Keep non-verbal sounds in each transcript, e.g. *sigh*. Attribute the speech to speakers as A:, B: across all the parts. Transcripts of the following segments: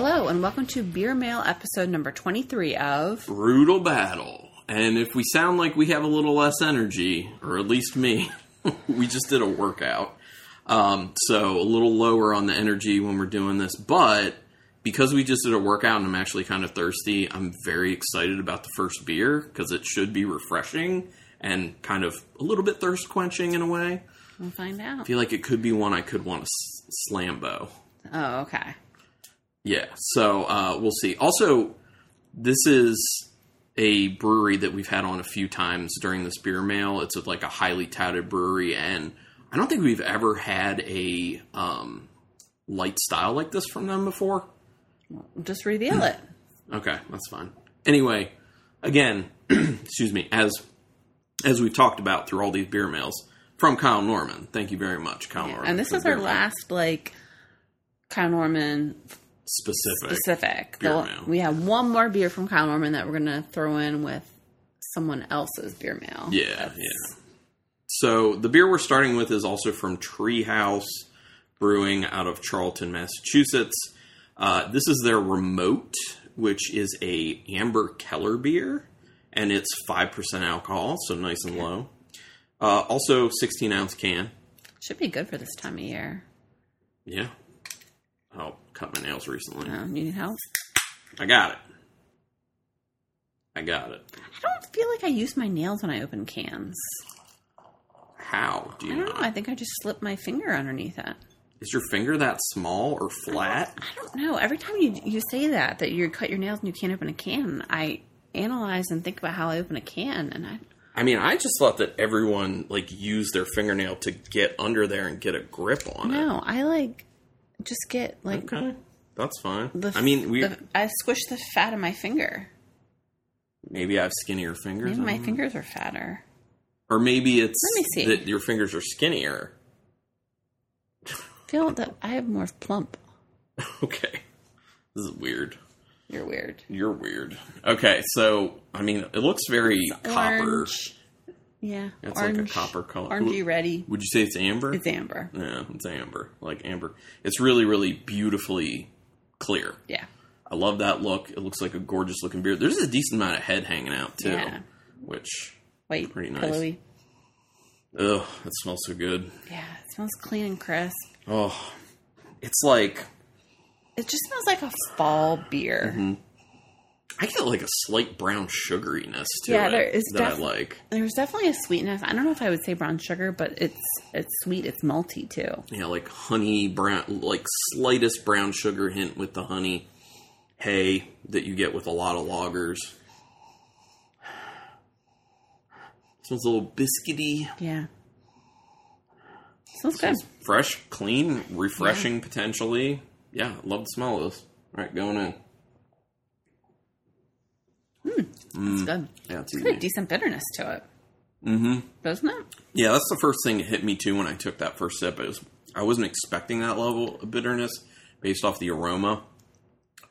A: welcome to Beer Mail episode number 23 of
B: Brutal battle. And if we sound like we have a little less energy, or at least me, *laughs* we just did a workout. Um, so a little lower on the energy when we're doing this. But because we just did a workout and I'm actually kind of thirsty, I'm very excited about the first beer because it should be refreshing and kind of a little bit thirst quenching in a way.
A: We'll find out.
B: I feel like it could be one I could want to s- slambo.
A: Oh, okay.
B: Yeah, so uh, we'll see. Also, this is a brewery that we've had on a few times during this beer mail. It's a, like a highly touted brewery, and I don't think we've ever had a um, light style like this from them before.
A: Just reveal
B: *clears throat*
A: it.
B: Okay, that's fine. Anyway, again, *clears throat* excuse me, as as we've talked about through all these beer mails from Kyle Norman. Thank you very much, Kyle Norman.
A: And this
B: for
A: is
B: the
A: our
B: beer mail.
A: last, like, Kyle Norman
B: specific.
A: specific.
B: Beer
A: The-
B: mail.
A: We have one more beer from Kyle Norman that we're going to throw in with someone else's beer mail.
B: Yeah, yeah. So the beer we're starting with is also from Treehouse Brewing out of Charlton, Massachusetts. Uh, this is their remote, which is a amber Keller beer, and it's five percent alcohol, so nice and low. Uh, also, sixteen ounce can.
A: Should be good for this time of year.
B: Yeah. Oh, cut my nails recently.
A: Um, you need help?
B: I got it. I got it.
A: I don't feel like I use my nails when I open cans.
B: How do
A: I
B: you
A: don't know. I
B: not?
A: think I just slip my finger underneath it.
B: Is your finger that small or flat?
A: I don't know. Every time you you say that that you cut your nails and you can't open a can, I analyze and think about how I open a can, and I
B: I mean, I just thought that everyone like used their fingernail to get under there and get a grip on
A: no, I like just get
B: it.
A: like
B: Okay, that's fine.
A: the. f-
B: I mean, we
A: the, I squish the fat of my finger.
B: maybe I have skinnier fingers,
A: Maybe
B: I
A: my
B: don't know.
A: fingers are fatter.
B: or maybe it's
A: Let me see.
B: that your fingers are skinnier. *laughs*
A: Feel that I have more plump.
B: Okay, this is weird.
A: You're weird.
B: You're weird. Okay, so I mean, it looks very copper.
A: Orange. Yeah,
B: That's like a
A: orange,
B: copper color.
A: Orangey ready.
B: Would you say it's amber?
A: It's amber.
B: yeah, it's amber, like amber. It's really, really beautifully clear.
A: Yeah.
B: I love that look. It looks like a gorgeous looking beer. There's a decent amount of head hanging out too,
A: Yeah.
B: which
A: White,
B: Pretty nice.
A: pillowy.
B: ugh, it smells so good.
A: Yeah, it smells clean and crisp.
B: Oh, it's like
A: It just smells like a fall beer.
B: I get like a slight brown sugariness to
A: Yeah,
B: it
A: there is
B: that
A: def-
B: I like.
A: There's definitely a sweetness. I don't know if I would say brown sugar, but it's it's sweet. It's malty too.
B: Yeah, like honey brown, like slightest brown sugar hint with the honey hay that you get with a lot of lagers. *sighs* Smells a little biscuity.
A: Yeah, smells good.
B: fresh, clean, refreshing potentially. Yeah, love the smell of this. All right, going in. mm.
A: It's good.
B: Yeah, it's
A: It's got a
B: easy.
A: decent bitterness to it. Mm-hmm. Doesn't it?
B: Yeah, that's the first thing that hit me too when I took that first sip. It was, I wasn't expecting that level of bitterness based off the aroma.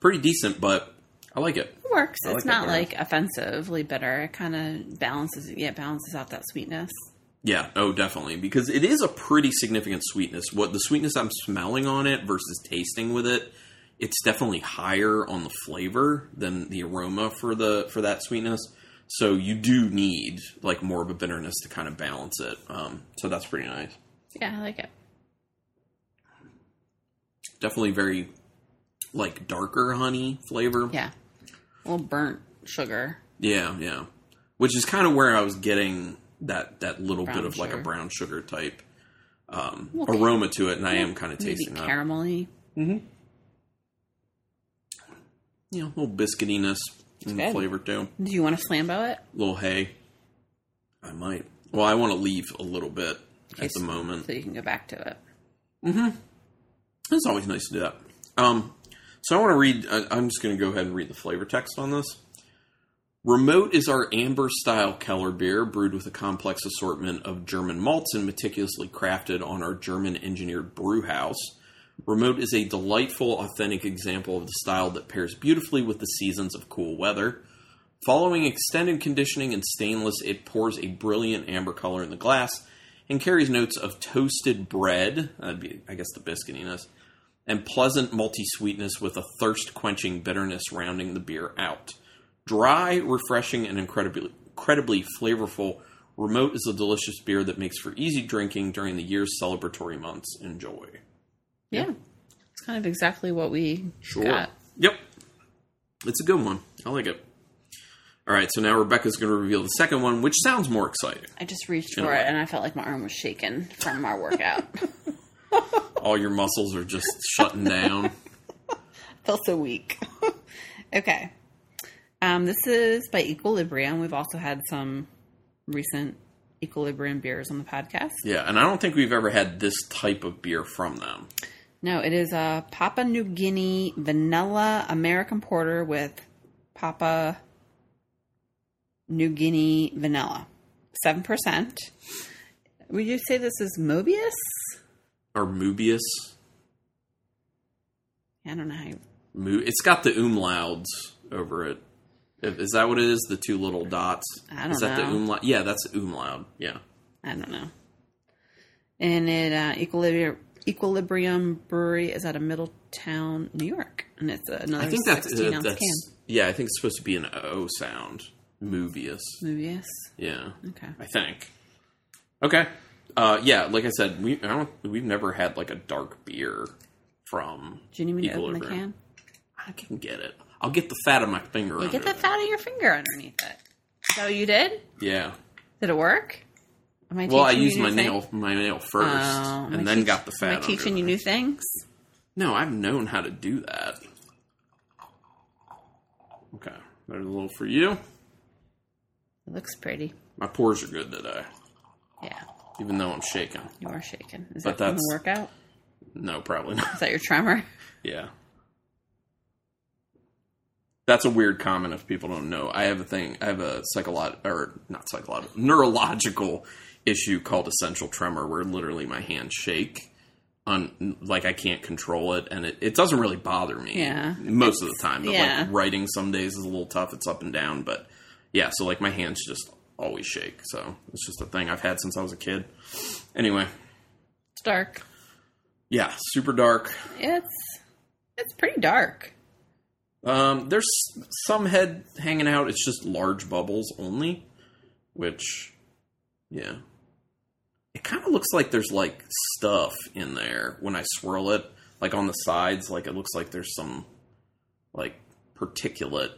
B: Pretty decent, but I like it.
A: It works.
B: I like
A: it's
B: that
A: not
B: bitter.
A: like offensively bitter. It kind of balances. Yeah, it balances out that sweetness.
B: Yeah, oh, definitely. Because it is a pretty significant sweetness. What the sweetness I'm smelling on it versus tasting with it, it's definitely higher on the flavor than the aroma for the for that sweetness. So you do need like more of a bitterness to kind of balance it. Um, so that's pretty nice.
A: Yeah, I like it.
B: Definitely very like darker honey flavor.
A: Yeah, a little burnt sugar.
B: Yeah, yeah. Which is kind of where I was getting that that little
A: Brown
B: bit of like a
A: sugar.
B: brown sugar type um,
A: Well,
B: aroma to it, and I am kind of
A: Maybe
B: tasting that.
A: caramelly.
B: you know, a little biscuitiness and
A: good.
B: flavor too.
A: Do you want to flambo it?
B: A little hay. I might. Well, I want to leave a little bit at
A: Yes.
B: the moment.
A: So you can go back to it.
B: It's always nice to do that. Um, so I want to read. I, I'm just going to go ahead and read the flavor text on this. Remote is our amber style Keller beer, brewed with a complex assortment of German malts and meticulously crafted on our German engineered brew house. Remote is a delightful, authentic example of the style that pairs beautifully with the seasons of cool weather. Following extended conditioning and stainless, it pours a brilliant amber color in the glass and carries notes of toasted bread, that'd be, I guess, the biscuitiness, and pleasant multi sweetness with a thirst quenching bitterness rounding the beer out. Dry, refreshing, and incredibly, incredibly flavorful, Remote is a delicious beer that makes for easy drinking during the year's celebratory months. Enjoy.
A: Yeah. It's kind of exactly what we
B: Sure.
A: got.
B: Yep. It's a good one. I like it. All right, so now Rebecca's going to reveal the second one, which sounds more exciting.
A: I just reached
B: a
A: for
B: way.
A: it and I felt like my arm was shaking from our workout.
B: All your muscles are just shutting down.
A: felt so weak. *laughs* okay. Um, this is by Equilibrium. We've also had some recent Equilibrium beers on the podcast.
B: Yeah, and I don't think we've ever had this type of beer from them.
A: No, it is a Papua New Guinea vanilla American porter with Papua New Guinea vanilla. 7%. Would you say this is Mobius?
B: Or Mubius.
A: I don't know how you.
B: Mu- it's got the umlauts over it. If- Is that what it is? The two little dots?
A: I don't
B: is that the
A: know.
B: umlaut? Yeah, that's umlaut. Yeah.
A: I don't know. And it uh, Equilibrium Equilibrium Brewery is out of Middletown, New York, and it's another
B: I think that's,
A: sixteen
B: uh,
A: ounce
B: that's
A: can.
B: yeah. I think it's supposed to be an O sound. Movius.
A: Mobius.
B: Yeah,
A: Okay.
B: I think. Okay. Uh, yeah, like I said, we I don't we've never had like a dark beer from.
A: Do you need me to open the
B: Equilibrium.
A: can?
B: I can get it. I'll get the fat of my finger.
A: You get
B: under
A: the fat of your finger underneath it. Is that what you did?
B: there. Yeah.
A: Did it work? Am I
B: Well, I
A: teaching you
B: used
A: new
B: my
A: thing-
B: nail my nail first,
A: Oh, am I
B: and then
A: teach-
B: got the fat.
A: Am I teaching
B: under
A: you new
B: there.
A: things?
B: No, I've known how to do that. Okay, there's a little for you.
A: It looks pretty.
B: My pores are good today,
A: Yeah,
B: even though I'm shaking.
A: you are shaking. Is
B: But
A: that from the
B: that's-
A: workout?
B: No, probably not.
A: Is that your tremor? *laughs*
B: Yeah. That's a weird comment if people don't know. I have a thing, I have a psychological, or not psychological, neurological issue called essential tremor where literally my hands shake. On, like I can't control it, and it, it doesn't really bother me.
A: Yeah.
B: most of the time. But
A: yeah.
B: like writing some days is a little tough. It's up and down, but yeah. So like my hands just always shake. So it's just a thing I've had since I was a kid. Anyway,
A: It's dark.
B: yeah, super dark.
A: It's it's pretty dark.
B: Um, there's some head hanging out. It's just large bubbles only, which, yeah, it kind of looks like there's like stuff in there when I swirl it, like on the sides. Like it looks like there's some like particulate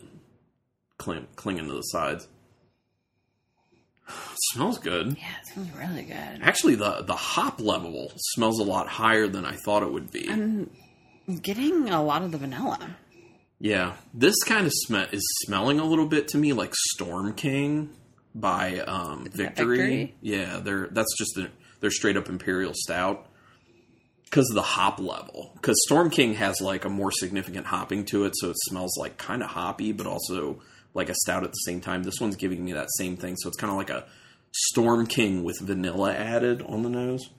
B: cling- clinging to the sides. *sighs* smells good.
A: Yeah, it smells really good.
B: Actually, the the hop level smells a lot higher than I thought it would be.
A: getting a lot of the vanilla.
B: Yeah, this kind of smell is smelling a little bit to me like Storm King by um,
A: that
B: Victory.
A: Victory?
B: Yeah, they're that's just their, their straight up imperial stout because of the hop level. Because Storm King has like a more significant hopping to it, so it smells like kind of hoppy, but also like a stout at the same time. This one's giving me that same thing, so it's kind of like a Storm King with vanilla added on the nose.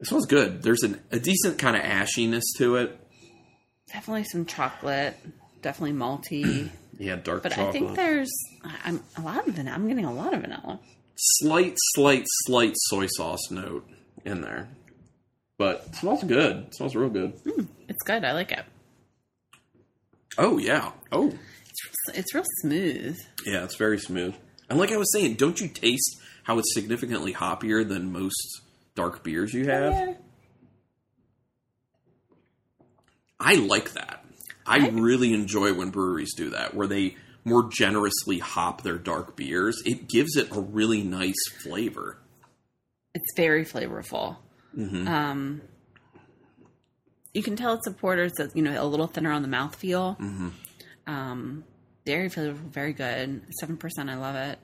B: This one's good. There's an, a decent kind of ashiness to it.
A: Definitely some chocolate, definitely malty.
B: Yeah, dark
A: But
B: chocolate.
A: I think there's I- I'm a lot of vanilla. I'm getting a lot of vanilla.
B: slight, slight, slight soy sauce note in there. But it smells good. It smells real good.
A: It's good. I like it.
B: Oh yeah. Oh
A: It's- It's real smooth.
B: yeah. It's very smooth. And like I was saying, don't you taste how it's significantly hoppier than most dark beers you have? I like that. I really enjoy when breweries do that, where they more generously hop their dark beers. It gives it a really nice flavor.
A: It's very flavorful. Um, you can tell it's a porter. It's a, you know a little thinner on the mouthfeel. Um, dairy flavorful, very good. Seven percent. I love it.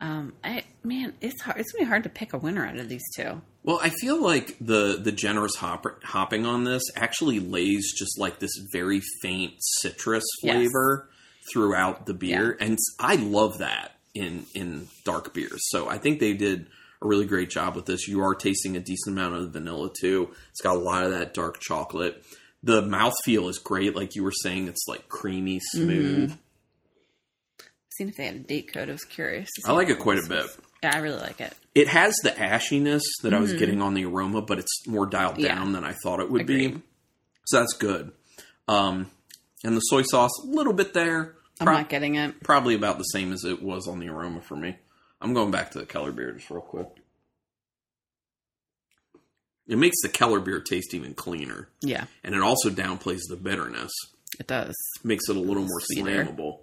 A: Um, I man, it's hard. It's gonna be hard to pick a winner out of these two.
B: Well, I feel like the the generous hop, hopping on this actually lays just like this very faint citrus
A: Yes.
B: flavor throughout the beer, and s- I love that in in dark beers. So I think they did a really great job with this. You are tasting a decent amount of the vanilla too. It's got a lot of that dark chocolate. The mouthfeel is great, like you were saying. It's like creamy, smooth.
A: seen if they had a date code. I was curious. to see
B: I like
A: what
B: it quite a
A: was.
B: bit.
A: Yeah, I really like it.
B: It has the ashiness that I was getting on the aroma, but it's more dialed
A: Mm-hmm. Yeah.
B: down than I thought it would be.
A: Agreed.
B: So that's good. Um, and the soy sauce, a little bit there.
A: I'm
B: Prob-
A: not getting it.
B: probably about the same as it was on the aroma for me. I'm going back to the Keller beer just real quick. It makes the Keller beer taste even cleaner,
A: Yeah,
B: and it also downplays the bitterness.
A: it does.
B: Makes it a little more
A: Sweeter.
B: slammable.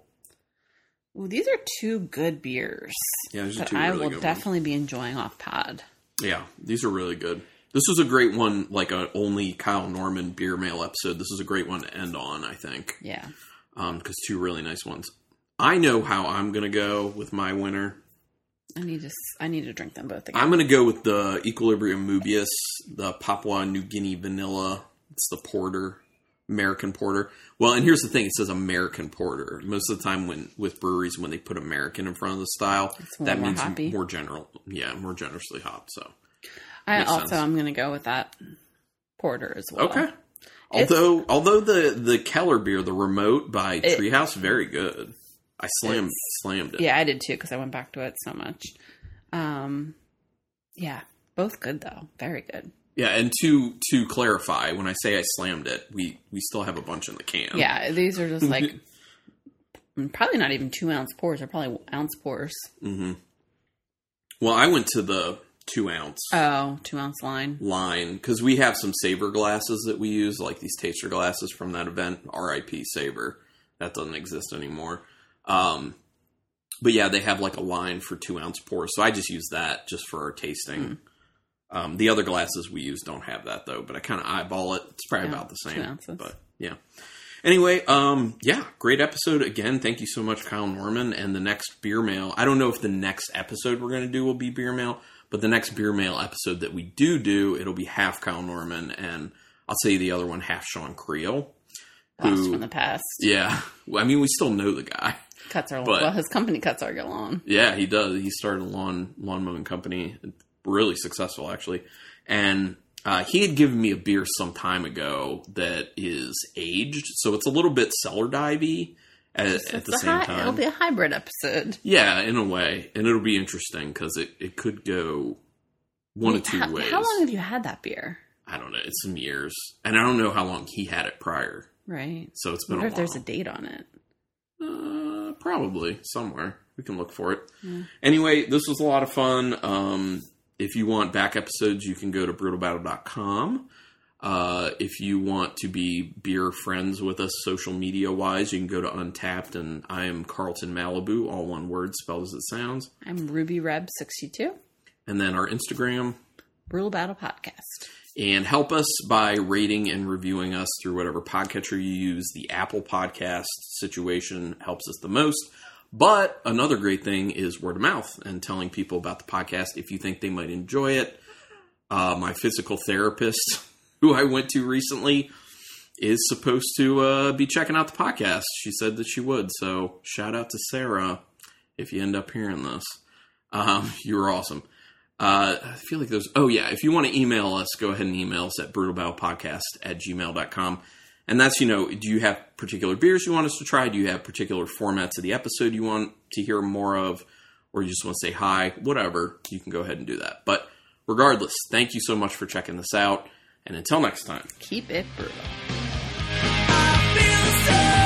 A: Ooh, these are two good beers
B: Yeah, these are
A: that
B: two
A: I
B: really
A: will
B: good ones.
A: definitely be enjoying off pod.
B: Yeah, these are really good. This was a great one, like a only Kyle Norman beer mail episode. This is a great one to end on, I think,
A: Yeah.
B: because two really nice ones. I know how I'm gonna go with my winner.
A: I need to. s- I need to drink them both again.
B: I'm gonna go with the Equilibrium Mubius, the Papua New Guinea Vanilla. It's the porter, American porter. Well, and here's the thing: it says American porter. Most of the time, when with breweries, when they put American in front of the style,
A: a
B: that
A: little more
B: means
A: hoppy.
B: more general. Yeah, more generously hopped. So
A: I
B: Ah, makes
A: also
B: sense.
A: I'm going to go with that porter as well.
B: okay.
A: It's-
B: although although the the Keller beer, the Remote by
A: It-
B: Treehouse, very good. I slammed
A: It's-
B: slammed it.
A: Yeah, I did too because I went back to it so much. Um, yeah, both good though. Very good.
B: Yeah, and to to clarify, when I say I slammed it, we we still have a bunch in the can.
A: Yeah, these are
B: *laughs*
A: just like probably not even two ounce pours. They're probably ounce pours.
B: Mm-hmm. Well, I went to the two ounce
A: Oh, two ounce line.
B: line because we have some saber glasses that we use, like these taster glasses from that event. R.I.P. Saber. That doesn't exist anymore. Um, but yeah, they have like a line for two ounce pours, so I just use that just for our tasting.
A: Hmm.
B: Um, the other glasses we use don't have that though, but I kind of eyeball it. It's probably
A: Yeah,
B: about the
A: two
B: same.
A: ounces.
B: But yeah. Anyway, um, yeah, great episode again. Thank you so much, Kyle Norman. And the next beer mail, I don't know if the next episode we're going to do will be beer mail, but the next beer mail episode that we do do, it'll be half Kyle Norman and I'll say the other one half Sean Creel.
A: Lost
B: Who-
A: from the past.
B: Yeah, *laughs* Well, I mean we still know the guy.
A: Cuts are
B: But-
A: well. His company cuts are long.
B: Yeah, he does. He started a lawn lawn mowing company, really successful actually. And uh, he had given me a beer some time ago that is aged, so it's a little bit cellar divey at, at the
A: It's a
B: same
A: hy- It'll
B: time.
A: be a hybrid episode.
B: yeah, in a way, and it'll be interesting because it it could go one of two
A: how,
B: ways.
A: How long have you had that beer?
B: I don't know. It's some years, and I don't know how long he had it prior.
A: Right.
B: So it's
A: I
B: been
A: wonder
B: a
A: if
B: while.
A: there's a date on it.
B: Uh, probably somewhere. We can look for it.
A: Yeah.
B: Anyway, this was a lot of fun. Um, if you want back episodes, you can go to brutalbattle.com. Uh, if you want to be beer friends with us social media wise, you can go to Untapped and I am Carlton Malibu, all one word, spelled as it sounds.
A: I'm Ruby Reb sixty two.
B: And then our Instagram.
A: Brutal Battle Podcast.
B: And help us by rating and reviewing us through whatever podcatcher you use. The Apple Podcast situation helps us the most. But another great thing is word of mouth and telling people about the podcast if you think they might enjoy it. Uh, my physical therapist, *laughs* who I went to recently, is supposed to uh, be checking out the podcast. She said that she would. So shout out to Sarah if you end up hearing this. Um, *laughs* you were awesome. Uh, I feel like there's, oh yeah, if you want to email us, go ahead and email us at brutalbowelpodcast at gmail.com. And that's, you know, do you have particular beers you want us to try? Do you have particular formats of the episode you want to hear more of? Or you just want to say hi? Whatever, you can go ahead and do that. But regardless, thank you so much for checking this out. And until next time.
A: Keep it brutal.
C: I feel so